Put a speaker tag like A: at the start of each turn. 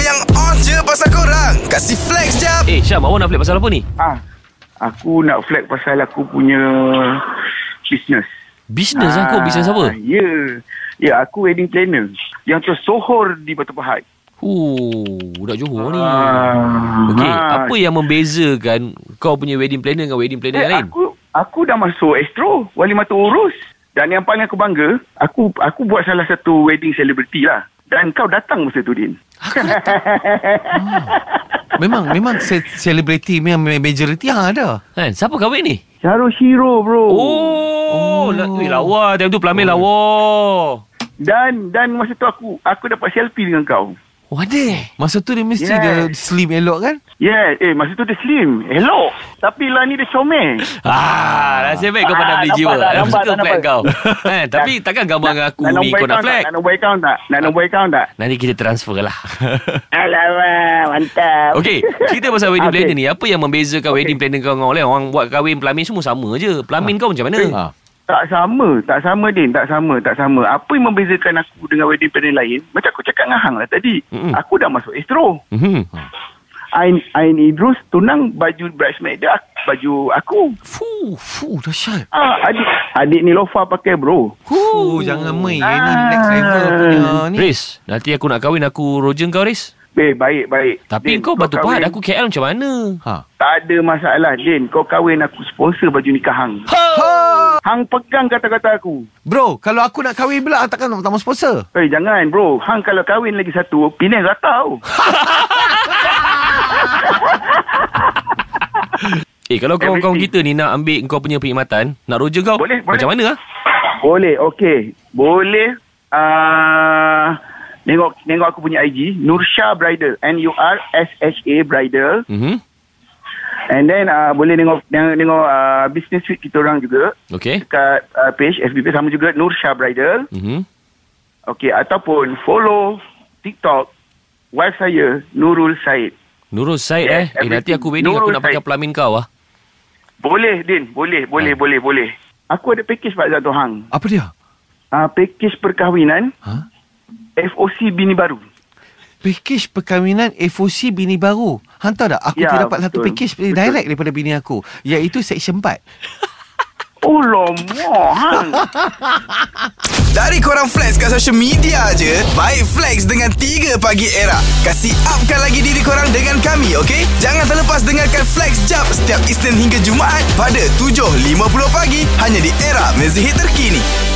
A: yang on je pasal korang Kasih flex jap
B: Eh Syam awak nak flex pasal apa ni?
C: Ah, aku nak flag pasal aku punya bisnes.
B: Bisnes lah kau Bisnes apa?
C: Ya. Yeah. Ya, yeah, aku wedding planner yang tersohor di Batu Pahat.
B: Oh Budak Johor ni
C: Ah,
B: Okey
C: ah.
B: Apa yang membezakan Kau punya wedding planner Dengan wedding planner
C: Eh,
B: yang lain?
C: Aku aku dah masuk Astro, wali mata urus. Dan yang paling aku bangga, aku aku buat salah satu wedding celebrity lah. Dan kau datang masa tu, Din.
D: Memang memang se- selebriti memang majoriti hang ada.
B: Kan? Siapa kahwin ni?
C: Hero, bro.
B: Oh, oh.
C: Lah,
B: La, weh, lawa Time tu pelamin oh. lawa
C: Dan dan masa tu aku aku dapat selfie dengan kau.
B: Oh ada eh
D: Masa tu dia mesti
C: Yes.
D: yes. dia slim elok kan?
C: Yeah, eh masa tu dia slim. Hello. Tapi lah ni dia comel.
B: Ah, nasib baik kau
C: Ah,
B: pandai beli
C: nampak
B: jiwa.
C: tak,
B: Aku
C: nampak
B: suka
C: tak,
B: flag
C: nampak.
B: kau. eh, tapi takkan gambar dengan aku
C: nak
B: ni
C: nombor
B: kau nak
C: account tak?
B: flag. Ah.
C: Nak nombor account tak? Nak nombor account tak?
B: Nanti kita transfer lah.
C: Alamak, mantap.
B: Okey, cerita pasal wedding
C: Okey.
B: planner ni. Apa yang membezakan wedding planner kau dengan orang lain? Orang buat kahwin pelamin semua sama je.
C: Ah.
B: Pelamin kau macam mana?
C: Eh.
B: Ah.
D: Ha.
C: Tak sama, tak sama Din, tak sama, tak sama. Apa yang membezakan aku dengan wedding planner lain? Macam aku cakap dengan Hang lah tadi.
B: Mm-mm.
C: Aku dah masuk Astro.
B: Mhm.
C: Ah. Ain, Ain Idrus tunang baju bridesmaid dia, ak- baju aku.
D: Fu, fu dahsyat.
C: Ah, adik adik Nilofa pakai bro.
D: Fu, jangan main. Ah. Ini next level punya ni.
B: Riz, nanti aku nak kahwin aku rojen kau Riz.
C: Eh, baik, baik.
B: Tapi
C: Din,
B: kau batu
C: kahwin-
B: pahat aku KL macam mana?
D: Ha.
C: Tak ada masalah, Din. Kau kahwin aku sponsor baju nikah Hang.
B: Ha!
C: Hang pegang kata-kata aku.
D: Bro, kalau aku nak kahwin pula takkan nak tak mau sponsor.
C: Eh, jangan bro. Hang kalau kahwin lagi satu, Penang rata tau.
B: Eh, kalau kawan-kawan kita
C: Everything.
B: ni nak ambil kau punya perkhidmatan, nak rojen kau,
C: Boleh, boleh.
B: macam mana ah?
C: Boleh, okey. Boleh. Uh, tengok tengok aku punya IG. Nursha Bridal. N-U-R-S-H-A Bridal.
B: Mhm.
C: And then uh, boleh tengok tengok, tengok uh, business suite kita orang juga.
B: Okey.
C: Dekat uh, page FB page sama juga Nursha Bridal.
B: Mhm.
C: Okey. Ataupun follow TikTok. Wife saya Nurul Said.
B: Nurul Said eh.
C: Yes,
B: Eh nanti
C: everything.
B: aku wedding aku
C: Nurul
B: nak pakai
C: Said.
B: pelamin kau ah.
C: Boleh Din. Boleh, boleh, boleh, boleh. Aku ada package Pak Zat Hang.
D: Apa dia?
C: Uh, package perkahwinan
D: Ha?
C: FOC Bini Baru.
D: Package perkahwinan FOC bini baru. Hang tahu tak? Aku
C: Ya,
D: ya, terdapat satu
C: betul.
D: package
C: Betul.
D: direct daripada bini aku. Iaitu section 4.
C: Oh lama Hang.
A: Dari korang flex kat social media je Baik flex dengan 3 pagi era Kasih upkan lagi diri korang dengan kami okay? Jangan terlepas dengarkan flex jap Setiap Isnin hingga Jumaat Pada 7.50 pagi Hanya di era mezihit terkini